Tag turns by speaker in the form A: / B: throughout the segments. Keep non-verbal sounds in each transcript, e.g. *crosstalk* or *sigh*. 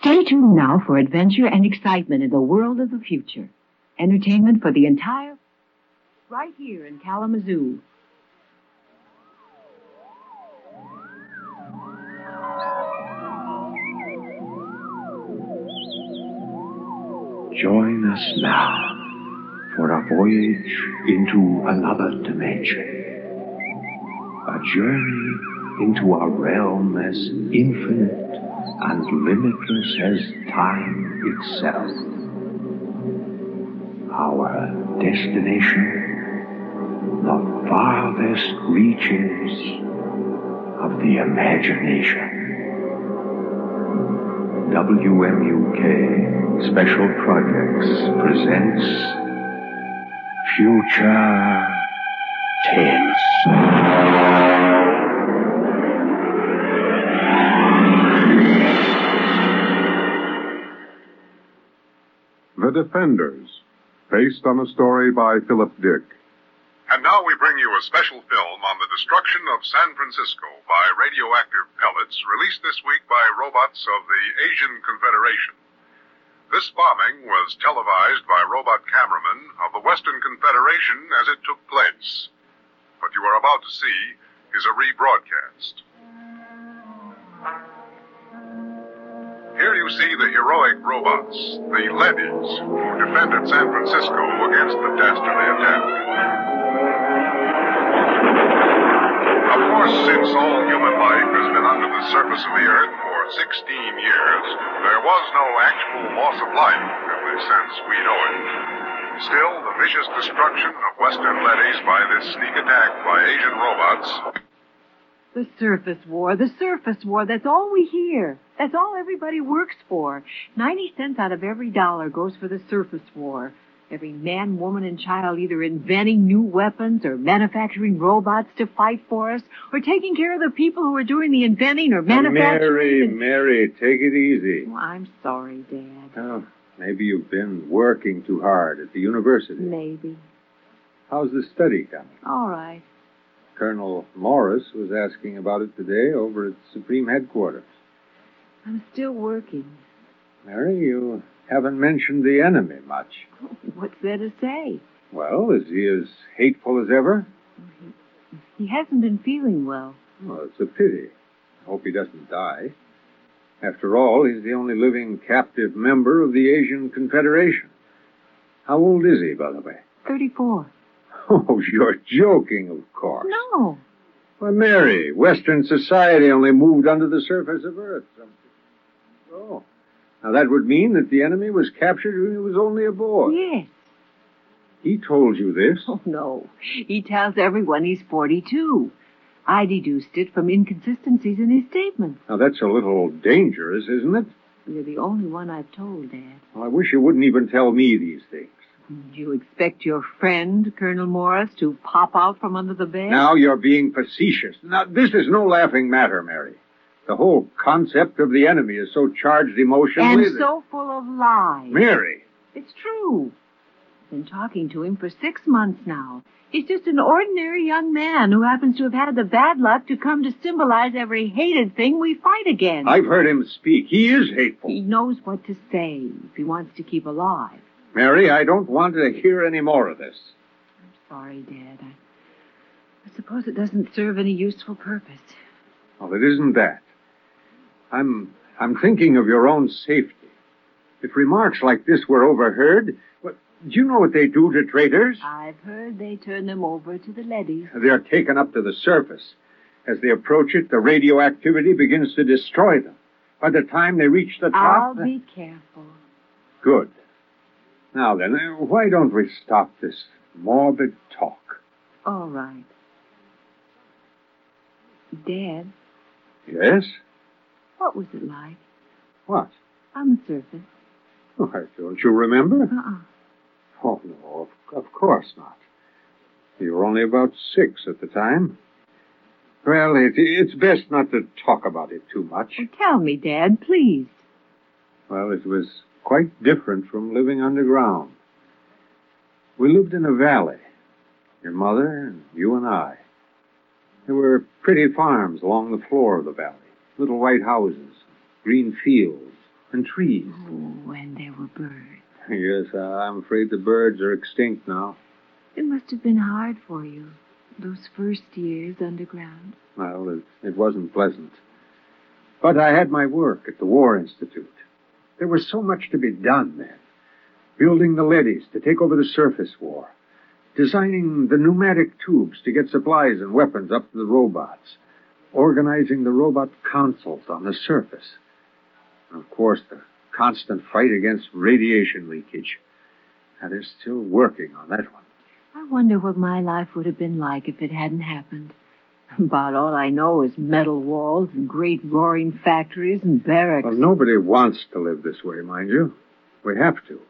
A: Stay tuned now for adventure and excitement in the world of the future. Entertainment for the entire, right here in Kalamazoo.
B: Join us now for a voyage into another dimension. A journey into a realm as infinite and limitless as time itself. Our destination, the farthest reaches of the imagination. WMUK Special Projects presents Future Tense.
C: The Defenders, based on a story by Philip Dick.
D: And now we bring you a special film on the destruction of San Francisco by radioactive pellets released this week by robots of the Asian Confederation. This bombing was televised by robot cameramen of the Western Confederation as it took place. What you are about to see is a rebroadcast. Here you see the heroic robots, the leadys, who defended San Francisco against the dastardly attack. Of course, since all human life has been under the surface of the Earth for 16 years, there was no actual loss of life in the sense we know it. Still, the vicious destruction of Western leadys by this sneak attack by Asian robots
A: The surface war, the surface war, that's all we hear. That's all everybody works for. 90 cents out of every dollar goes for the surface war. Every man, woman, and child either inventing new weapons or manufacturing robots to fight for us or taking care of the people who are doing the inventing or
E: Mary,
A: manufacturing.
E: Mary, take it easy.
A: Well, I'm sorry, Dad.
E: Oh, maybe you've been working too hard at the university.
A: Maybe.
E: How's the study coming?
A: All right.
E: Colonel Morris was asking about it today over at Supreme Headquarters.
A: I'm still working.
E: Mary, you haven't mentioned the enemy much.
A: What's there to say?
E: Well, is he as hateful as ever?
A: He hasn't been feeling well.
E: Well, it's a pity. I hope he doesn't die. After all, he's the only living captive member of the Asian Confederation. How old is he, by the way?
A: 34.
E: *laughs* Oh, you're joking, of course.
A: No.
E: Why, Mary, Western society only moved under the surface of Earth. some- Oh. Now, that would mean that the enemy was captured when he was only a boy.
A: Yes.
E: He told you this?
A: Oh, no. He tells everyone he's 42. I deduced it from inconsistencies in his statements.
E: Now, that's a little dangerous, isn't it?
A: You're the only one I've told, Dad.
E: Well, I wish you wouldn't even tell me these things.
A: Do you expect your friend, Colonel Morris, to pop out from under the bed?
E: Now you're being facetious. Now, this is no laughing matter, Mary. The whole concept of the enemy is so charged emotionally
A: and
E: that-
A: so full of lies.
E: Mary,
A: It's true. Been talking to him for six months now. He's just an ordinary young man who happens to have had the bad luck to come to symbolize every hated thing we fight against.
E: I've heard him speak. He is hateful.
A: He knows what to say if he wants to keep alive.
E: Mary, I don't want to hear any more of this.
A: Sorry, Dad. I, I suppose it doesn't serve any useful purpose.
E: Well, it isn't that. I'm I'm thinking of your own safety. If remarks like this were overheard, well, do you know what they do to traitors?
A: I've heard they turn them over to the leadies.
E: They're taken up to the surface. As they approach it, the radioactivity begins to destroy them. By the time they reach the
A: I'll
E: top,
A: be careful.
E: good. Now then, uh, why don't we stop this morbid talk?
A: All right. Dad,
E: Yes?
A: what was it like?
E: What?
A: on the surface.
E: Why, don't you remember?
A: Uh-uh.
E: Oh, no, of, of course not. You were only about six at the time. Well, it, it's best not to talk about it too much.
A: Well, tell me, Dad, please.
E: Well, it was quite different from living underground. We lived in a valley. Your mother and you and I. There were pretty farms along the floor of the valley. Little white houses, green fields, and trees. *laughs*
A: Oh, and there were birds.
E: Yes, uh, I'm afraid the birds are extinct now.
A: It must have been hard for you, those first years underground.
E: Well, it, it wasn't pleasant. But I had my work at the War Institute. There was so much to be done then. Building the leadies to take over the surface war. Designing the pneumatic tubes to get supplies and weapons up to the robots. Organizing the robot councils on the surface. And of course, the constant fight against radiation leakage. Now, they're still working on that one.
A: I wonder what my life would have been like if it hadn't happened. About all I know is metal walls and great roaring factories and barracks.
E: Well, nobody wants to live this way, mind you. We have to.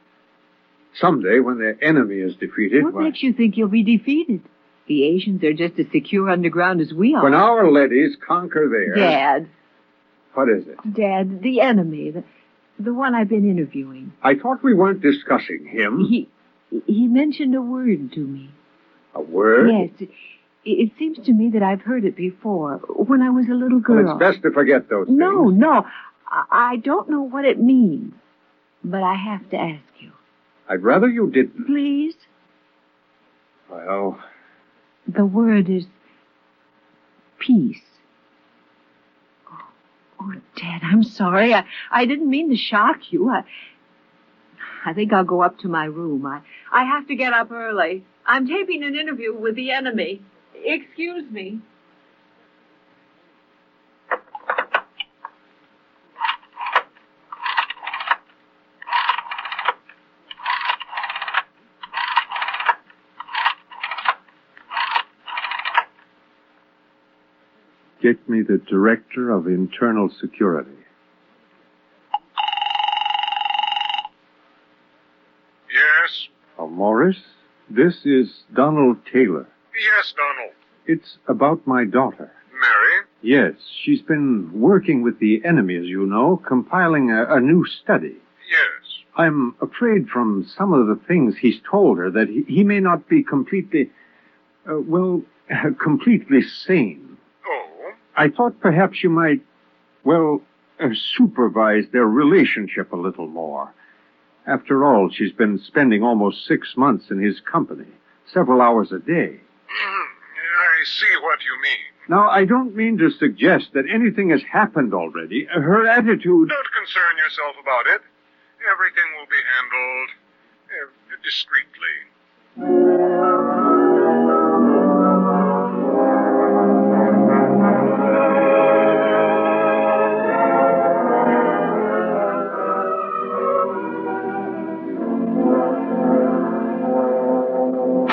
E: Someday, when the enemy is defeated,
A: what
E: why-
A: makes you think you'll be defeated? The Asians are just as secure underground as we are.
E: when our leadies conquer theirs,
A: Dad,
E: what is it?
A: Dad, the enemy, the, the one I've been interviewing,
E: I thought we weren't discussing him.
A: he he mentioned a word to me.
E: A word?
A: Yes, it, it seems to me that I've heard it before when I was a little
E: Well,
A: girl.
E: it's best to forget those
A: no,
E: things.
A: no, I, I don't know what it means, but I have to ask you,
E: I'd rather you didn't.
A: please.
E: Well,
A: The word is peace. Oh, Dad, I'm sorry. I, I didn't mean to shock you. I, I think I'll go up to my room. I, I have to get up early. I'm taping an interview with the enemy. Excuse me.
F: Get me the Director of Internal Security.
D: Yes?
F: Uh, Morris, this is Donald Taylor.
D: Yes, Donald.
F: It's about my daughter.
D: Mary?
F: Yes, she's been working with the enemy, as you know, compiling a, a new study.
D: Yes.
F: I'm afraid from some of the things he's told her that he, he may not be completely, uh, well, *laughs* completely sane.
D: Oh? *clears throat*
F: I thought perhaps you might, well, uh, supervise their relationship a little more. After all, she's been spending almost six months in his company, several hours a day.
D: I see what you mean.
F: Now, I don't mean to suggest that anything has happened already. Her attitude.
D: Don't concern yourself about it. Everything will be handled uh, discreetly.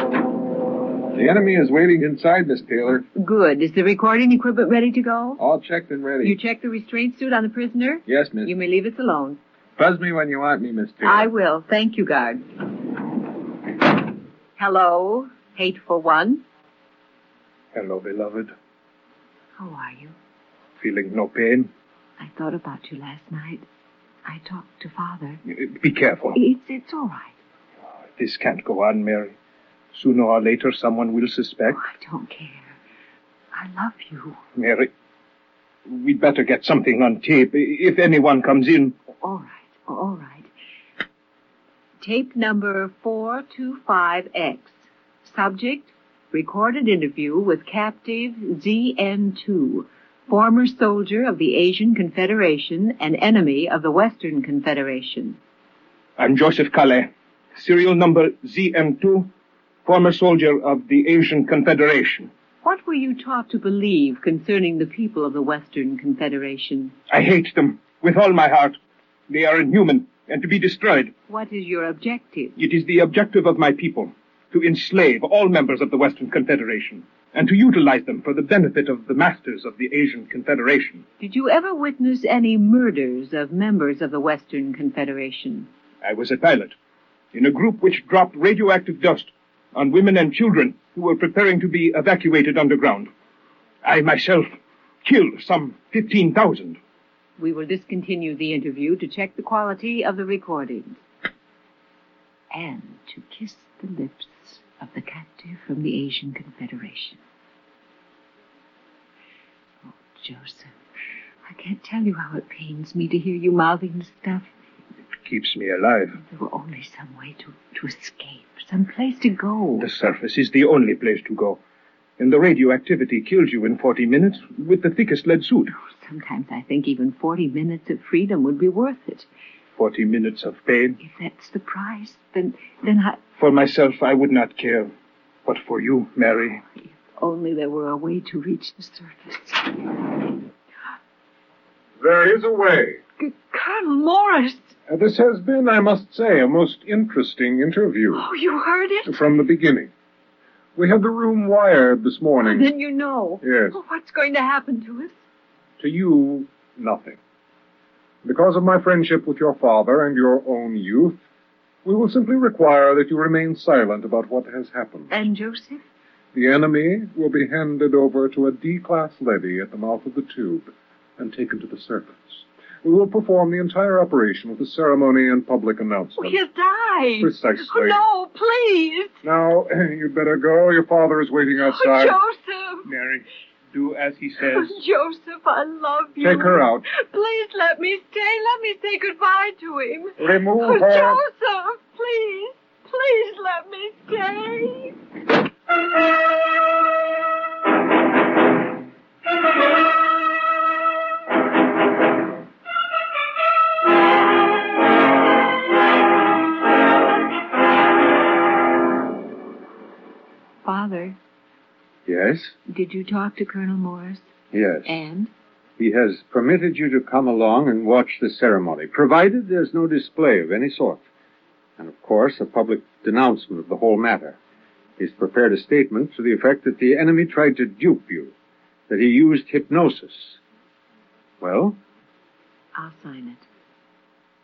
E: The enemy is waiting inside, Miss Taylor.
A: Good. Is the recording equipment ready to go?
E: All checked and ready.
A: You checked the restraint suit on the prisoner?
E: Yes, Miss.
A: You may leave us alone.
E: Buzz me when you want me, Miss Taylor.
A: I will. Thank you, guard. Hello, hateful one.
E: Hello, oh, beloved.
A: How are you?
E: Feeling no pain?
A: I thought about you last night. I talked to father.
E: Be careful.
A: It's it's all right.
E: This can't go on, Mary. Sooner or later, someone will
A: Oh,
E: suspect.
A: I don't care. I love you.
E: Mary, we'd better get something on tape. If anyone comes in,
A: All right, all right. Tape number 425X. Subject, recorded interview with captive ZN2, former soldier of the Asian Confederation and enemy of the Western Confederation.
E: I'm Joseph Calais, serial number ZM2, former soldier of the Asian Confederation.
A: What were you taught to believe concerning the people of the Western Confederation?
E: I hate them with all my heart. They are inhuman and to be destroyed.
A: What is your objective?
E: It is the objective of my people to enslave all members of the Western Confederation.
G: and to utilize them for the benefit of the masters of the Asian Confederation.
A: Did you ever witness any murders of members of the Western Confederation?
G: I was a pilot in a group which dropped radioactive dust on women and children who were preparing to be evacuated underground. I myself killed some 15,000.
A: We will discontinue the interview to check the quality of the recordings. And to kiss the lips of the captive from the Asian Confederation. Oh, Joseph, I can't tell you how it pains me to hear you mouthing the stuff.
G: It keeps me alive.
A: If there were only some way to, to escape, some place to go.
G: The surface is the only place to go. And the radioactivity kills you in 40 minutes with the thickest lead suit.
A: Sometimes I think even 40 minutes of freedom would be worth it.
G: 40 minutes of pain.
A: If that's the price, then, then I,
G: For myself, I would not care. But for you, Mary,
A: if only there were a way to reach the surface.
D: There is a way.
A: C- Colonel Morris!
D: Uh, This has been, I must say, a most interesting interview
A: Oh, you heard it?
D: from the beginning. We had the room wired this morning.
A: Then you know.
D: Yes.
A: Oh, what's going to happen to us?
D: To you, nothing. Because of my friendship with your father and your own youth, we will simply require that you remain silent about what has happened.
A: And Joseph?
D: The enemy will be handed over to a D-class levy at the mouth of the tube and taken to the surface. We will perform the entire operation with a ceremony and public announcement.
A: He'll die.
D: Um, Precisely.
A: Oh, no, please.
D: Now, *clears throat* you'd better go. Your father is waiting
A: Oh,
D: outside.
A: Joseph. Oh,
G: Mary, do as he says.
A: Joseph, I love you.
D: Take her out.
A: Please let me stay. Let me say goodbye to him. *laughs*
D: Remove
A: Oh,
D: her.
A: Joseph, please. Please let me stay. Father,
E: Yes?
A: did you talk to Colonel Morris?
E: Yes.
A: And?
E: He has permitted you to come along and watch the ceremony, provided there's no display of any sort. And of course, a public denouncement of the whole matter. He's prepared a statement to the effect that the enemy tried to dupe you, that he used hypnosis. Well,
A: I'll sign it.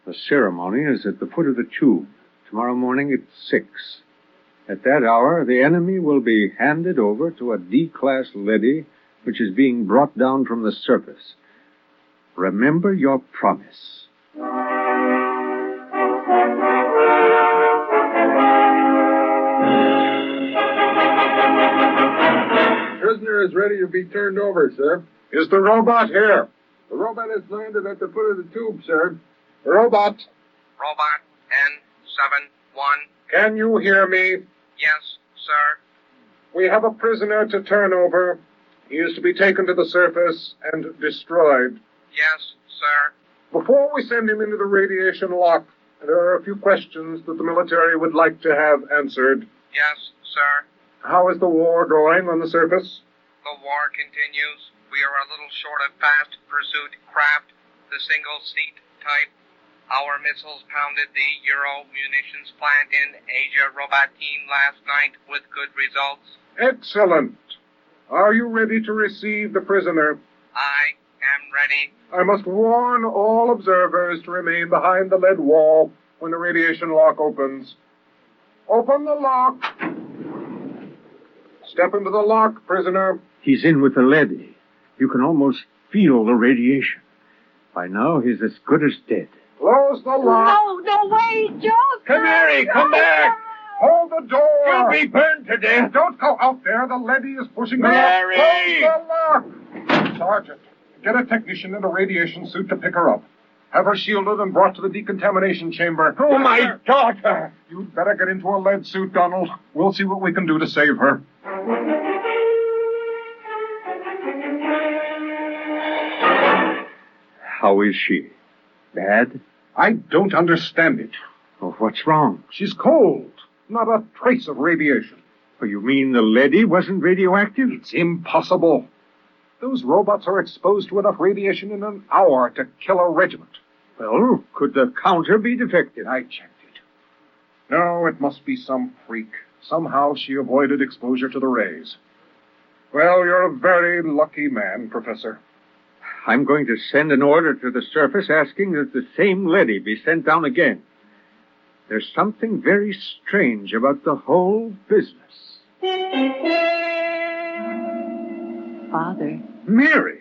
E: the ceremony is at the foot of the tube, tomorrow morning at six. At that hour, the enemy will be handed over to a D-class levy which is being brought down from the surface. Remember your promise.
D: Prisoner is ready to be turned over, sir.
H: Is the robot here?
D: The robot has landed at the foot of the tube, sir. Robot,
I: Robot N71.
D: can you hear me?
I: Yes, sir.
D: We have a prisoner to turn over. He is to be taken to the surface and destroyed.
I: Yes, sir.
D: Before we send him into the radiation lock, there are a few questions that the military would like to have answered.
I: Yes, sir.
D: How is the war going on the surface?
I: The war continues. We are a little short of fast pursuit craft, the single seat type. Our missiles pounded the Euro munitions plant in Asia Robatine last night with good results.
D: Excellent. Are you ready to receive the prisoner?
I: I am ready.
D: I must warn all observers to remain behind the lead wall when the radiation lock opens. Open the lock. Step into the lock, prisoner.
E: He's in with the leady. You can almost feel the radiation. By now, he's as good as dead.
D: Close the lock.
A: No, no, wait, Joseph!
G: Mary, come back!
D: Hold the door.
G: burned to death!
D: Don't go out there. The leady is pushing the
G: Mary!
D: lock. Close the lock. Sergeant, get a technician in a radiation suit to pick her up. Have her shielded and brought to the decontamination chamber. Oh, my
G: daughter!
D: You'd better get into a lead suit, Donald. We'll see what we can do to save her.
E: How is she? Bad?
D: I don't understand it.
E: Oh, what's wrong?
D: She's cold. Not a trace of radiation.
E: Oh, you mean the leady wasn't radioactive?
D: It's impossible. Those robots are exposed to enough radiation in an hour to kill a regiment.
E: Well, could the counter be defective?
D: I checked it. No, it must be some freak. Somehow she avoided exposure to the rays. Well, you're a very lucky man, Professor.
E: I'm going to send an order to the surface asking that the same Letty be sent down again. There's something very strange about the whole business.
A: Father,
J: Mary!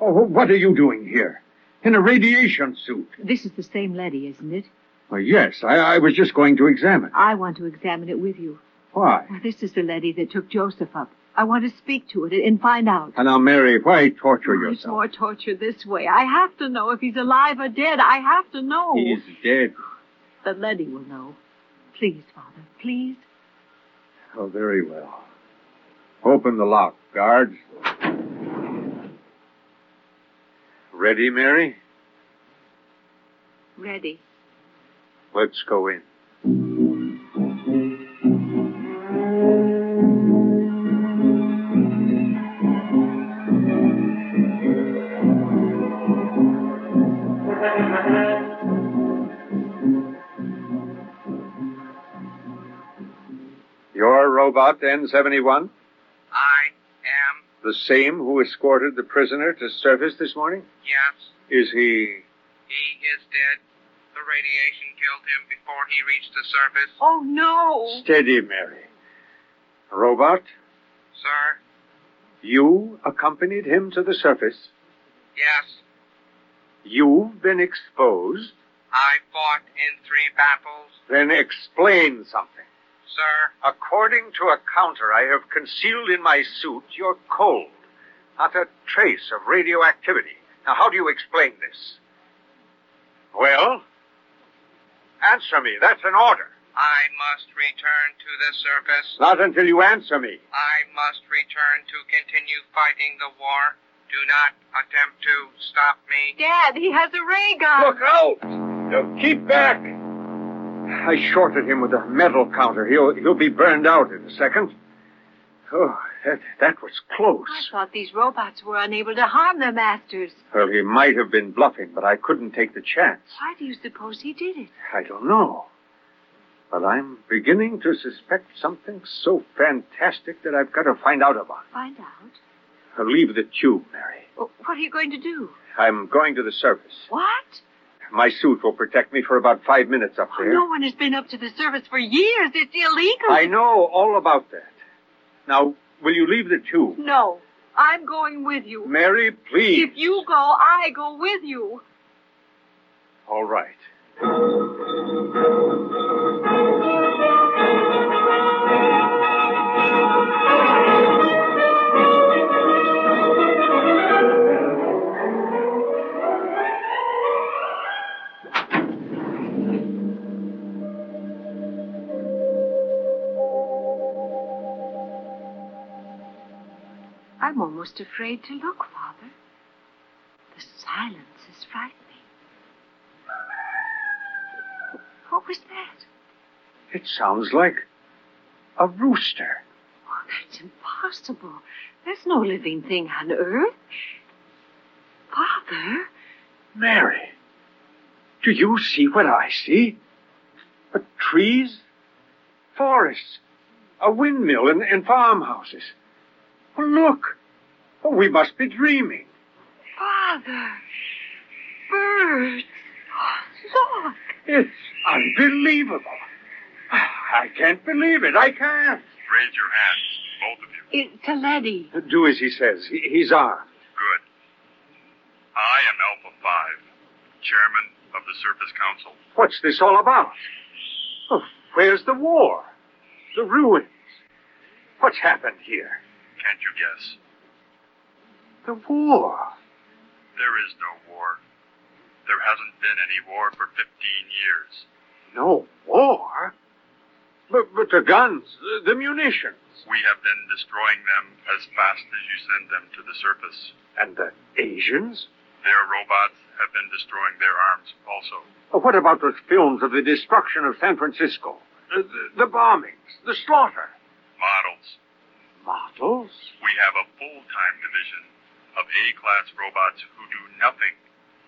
J: Oh, what are you doing here? In a radiation suit?
A: this is the same Letty, isn't it?
E: Well, yes, I, I was just going to examine.
A: I want to examine it with you.
E: Why?
A: Now, This is the Letty that took Joseph up. I want to speak to it and find out.
E: And now, Mary, why torture
A: It's
E: yourself?
A: more torture this way. I have to know if he's alive or dead. I have to know.
E: He's dead.
A: The Letty will know. Please, Father, please.
E: Oh, very well. Open the lock, guards. Ready, Mary?
A: Ready.
E: Let's go in. Your robot, N71,
I: I am,
E: the same who escorted the prisoner to service this morning?
I: yes,
E: Is he.
I: he is dead. The radiation killed him before he reached the surface.
A: Oh, no.
E: Steady, Mary. Robot,
I: Sir,
E: you accompanied him to the surface.
I: yes,
E: You've been exposed.
I: I fought in three battles.
E: Then explain something.
I: Sir,
E: According to a counter I have concealed in my suit, you're cold. Not a trace of radioactivity. Now, how do you explain this? Well? Answer me. That's an order.
I: I must return to the surface.
E: Not until you answer me.
I: I must return to continue fighting the war. Do not attempt to stop me.
A: Dad, he has a ray gun.
E: Look out! Now keep back! I shorted him with a metal counter. He'll, he'll be burned out in a second. Oh, that, that was
A: I
E: close.
A: thought these robots were unable to harm their masters.
E: Well, he might have been bluffing, but I couldn't take the chance.
A: Why do you suppose he did it?
E: I don't know. But I'm beginning to suspect something so fantastic that I've got to find out about
A: Find out.
E: it. I'll leave the tube, Mary.
A: Well, What are you going to do?
E: I'm going to the surface.
A: What?
E: My suit will protect me for about five minutes up
A: Oh,
E: there.
A: no one has been up to the surface for years. It's illegal.
E: I know all about that. Now, will you leave the tube?
A: No, I'm going with you.
E: Mary, please.
A: If you go, I go with you.
E: All right.
A: I'm almost afraid to look, Father. The silence is frightening. What was that?
E: It sounds like a rooster.
A: Oh, that's impossible. There's no living thing on earth. Father,
E: Mary, do you see what I see? But trees, forests, a windmill, and, and farmhouses. Oh, look. Oh, we must be dreaming.
A: Father, birds. Oh, look.
E: It's unbelievable. I can't believe it. I can't.
H: Raise your hands, both of you.
A: It's a lady.
E: Do as he says. He- He's armed.
H: Good. I am Alpha 5, chairman of the Surface Council.
E: What's this all about? Oh, where's the war? The ruins? What's happened here?
H: Can't you guess?
E: The war.
H: There is no war. There hasn't been any war for 15 years.
E: No war? But, but the guns, the, the munitions,
H: We have been destroying them as fast as you send them to the surface.
E: and the Asians?
H: Their robots have been destroying their arms also.
E: Oh, What about those films of the destruction of San Francisco? The, the, the bombings, the slaughter.
H: Models.
E: Models?
H: We have a full-time division of A-class robots who do nothing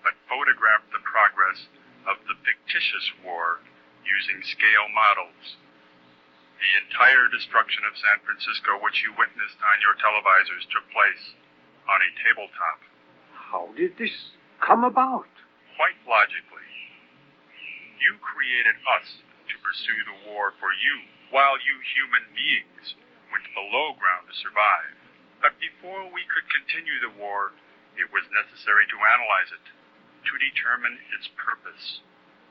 H: but photograph the progress of the fictitious war using scale models. The entire destruction of San Francisco, which you witnessed on your televisors, took place on a tabletop.
E: How did this come about?
H: Quite logically, you created us to pursue the war for you, while you human beings went below ground to survive. But before we could continue the war, it was necessary to analyze it, to determine its purpose.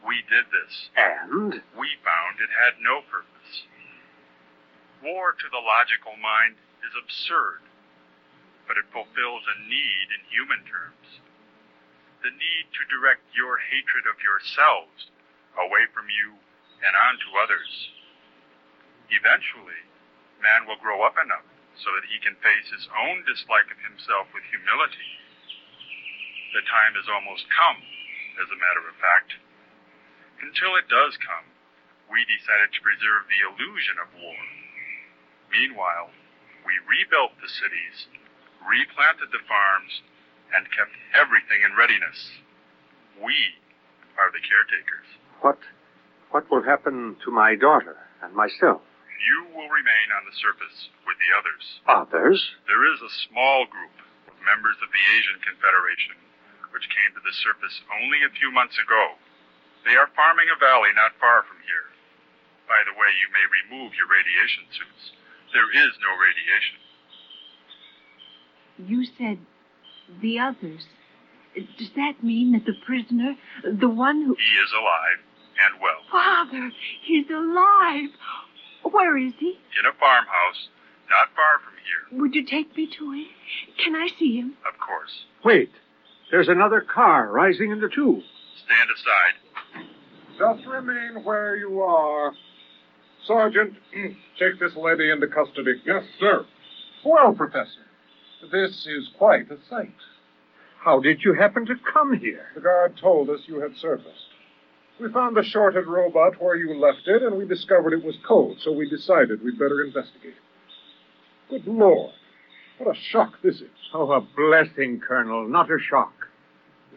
H: We did this.
E: And?
H: We found it had no purpose. War to the logical mind is absurd, but it fulfills a need in human terms. The need to direct your hatred of yourselves away from you and onto others. Eventually, man will grow up enough so that he can face his own dislike of himself with humility. The time has almost come, as a matter of fact. Until it does come, we decided to preserve the illusion of war. Meanwhile, we rebuilt the cities, replanted the farms, and kept everything in readiness. We are the caretakers.
E: What, what will happen to my daughter and myself?
H: You will remain on the surface with the others.
E: Others?
H: There is a small group of members of the Asian Confederation which came to the surface only a few months ago. They are farming a valley not far from here. By the way, you may remove your radiation suits. There is no radiation.
A: You said the others. Does that mean that the prisoner, the one who.
H: He is alive and well.
A: Father, he's alive! Where is he?
H: In a farmhouse not far from here,
A: Would you take me to him? Can I see him?
H: of course.
E: Wait, there's another car rising into two.
H: Stand aside.
D: Just remain where you are. Sergeant, *clears throat* take this lady into custody. Yes, sir. Well, Professor, this is quite a sight.
E: How did you happen to come here?
D: The guard told us you had surfaced. We found the shorted robot where you left it, and we discovered it was cold, so we decided we'd better investigate. Good Lord, what a shock this is.
E: Oh, a blessing, Colonel, not a shock.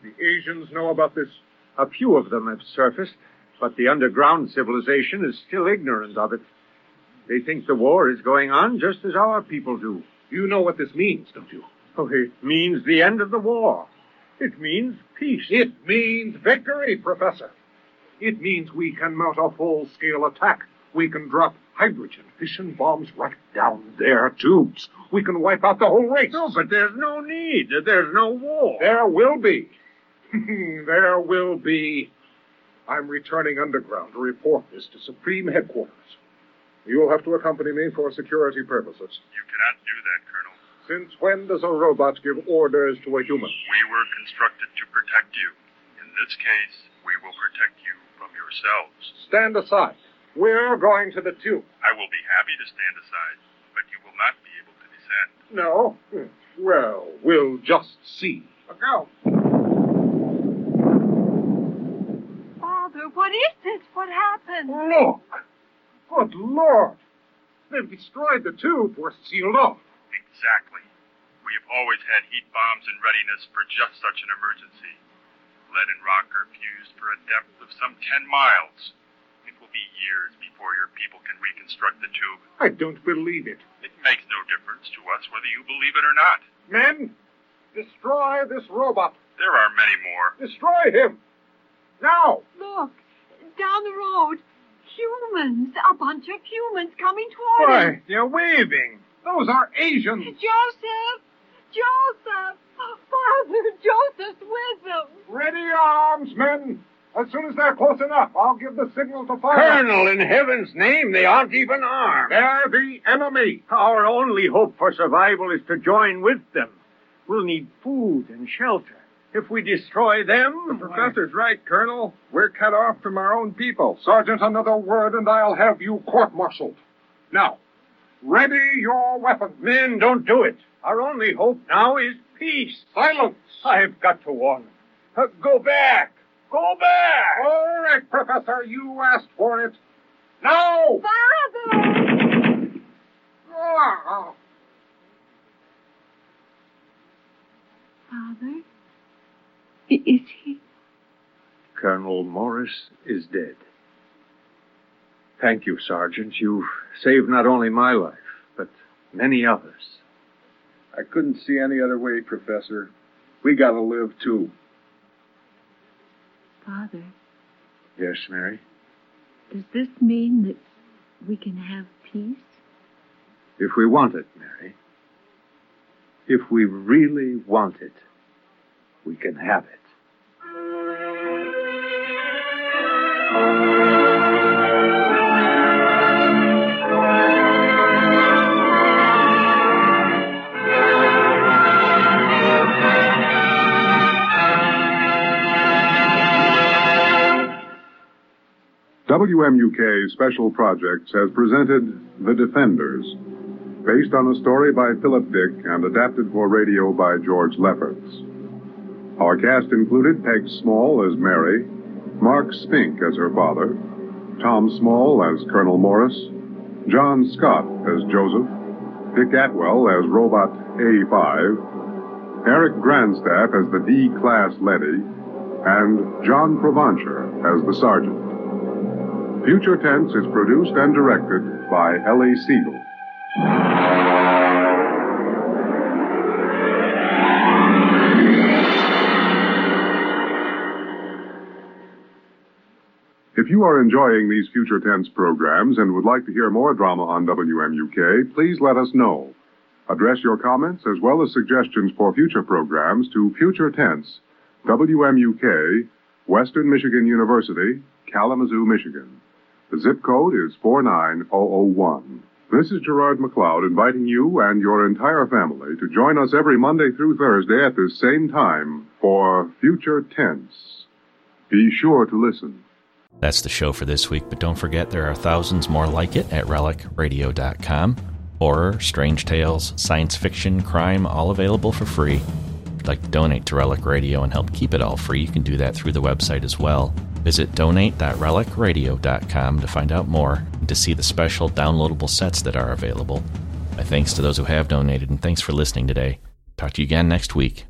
D: Do the Asians know about this?
E: A few of them have surfaced, but the underground civilization is still ignorant of it. They think the war is going on just as our people do.
G: You know what this means, don't you?
E: Oh, it means the end of the war. It means peace.
D: It means victory, Professor. It means we can mount a full scale attack. We can drop hydrogen fission bombs right down their tubes. We can wipe out the whole race.
E: No, but there's no need. There's no war.
D: There will be. *laughs* there will be. I'm returning underground to report this to Supreme Headquarters. You'll have to accompany me for security purposes.
H: You cannot do that, Colonel.
D: Since when does a robot give orders to a human?
H: We were constructed to protect you. In this case, we will protect you from yourselves.
D: Stand aside. We're going to the tube.
H: I will be happy to stand aside, but you will not be able to descend.
D: No? Hmm. Well, we'll just see. Look out.
A: Father, what is it? What happened?
D: Look! Good Lord! They've destroyed the tube. We're sealed off.
H: Exactly. We have always had heat bombs in readiness for just such an emergency. Lead and rock are fused for a depth of some 10 miles. It will be years before your people can reconstruct the tube.
D: I don't believe it.
H: It makes no difference to us whether you believe it or not.
D: Men, destroy this robot.
H: There are many more.
D: Destroy him. Now!
A: Look, down the road. Humans, a bunch of humans coming toward us.
D: Why, they're waving. Those are Asians.
A: Joseph! Joseph! Father, Joseph's with them!
D: Ready your arms, men. As soon as they're close enough, I'll give the signal to fire.
E: Colonel, in heaven's name, they aren't even armed.
D: They're the enemy.
E: Our only hope for survival is to join with them. We'll need food and shelter. If we destroy them,
D: Professor's right, Colonel. We're cut off from our own people. Sergeant, another word and I'll have you court-martialed. Now, ready your weapons.
E: men, don't do it. Our only hope now is peace.
D: Silence.
E: I've got to warn them. Uh, go back. Go back.
D: All right, Professor, you asked for it. Now!
A: Father!
D: Ah,
A: Father? I- Is he?
E: Colonel Morris is dead. Thank you, Sergeant. You've saved not only my life, but many others.
K: I couldn't see any other way, Professor. We gotta live, too.
A: Father,
E: Yes, Mary?
A: does this mean that we can have peace?
E: If we want it, Mary. If we really want it, we can have it.
D: WMUK Special Projects has presented The Defenders, based on a story by Philip Dick and adapted for radio by George Lefferts. Our cast included Peg Small as Mary, Mark Spink as her father, Tom Small as Colonel Morris, John Scott as Joseph, Dick Atwell as Robot A5, Eric Grandstaff as the D Class Letty, and John Provancher as the Sergeant. Future Tense is produced and directed by Ellie Siegel. If you are enjoying these Future Tense programs and would like to hear more drama on WMUK, please let us know. Address your comments as well as suggestions for future programs to Future Tense, WMUK, Western Michigan University, Kalamazoo, Michigan. The zip code is 49001. This is Gerard McLeod inviting you and your entire family to join us every Monday through Thursday at this same time for Future Tense. Be sure to listen.
L: That's the show for this week, but don't forget there are thousands more like it at relicradio.com. Horror, strange tales, science fiction, crime, all available for free. If you'd like to donate to Relic Radio and help keep it all free, you can do that through the website as well. Visit donate.relicradio.com to find out more and to see the special downloadable sets that are available. My thanks to those who have donated, and thanks for listening today. Talk to you again next week.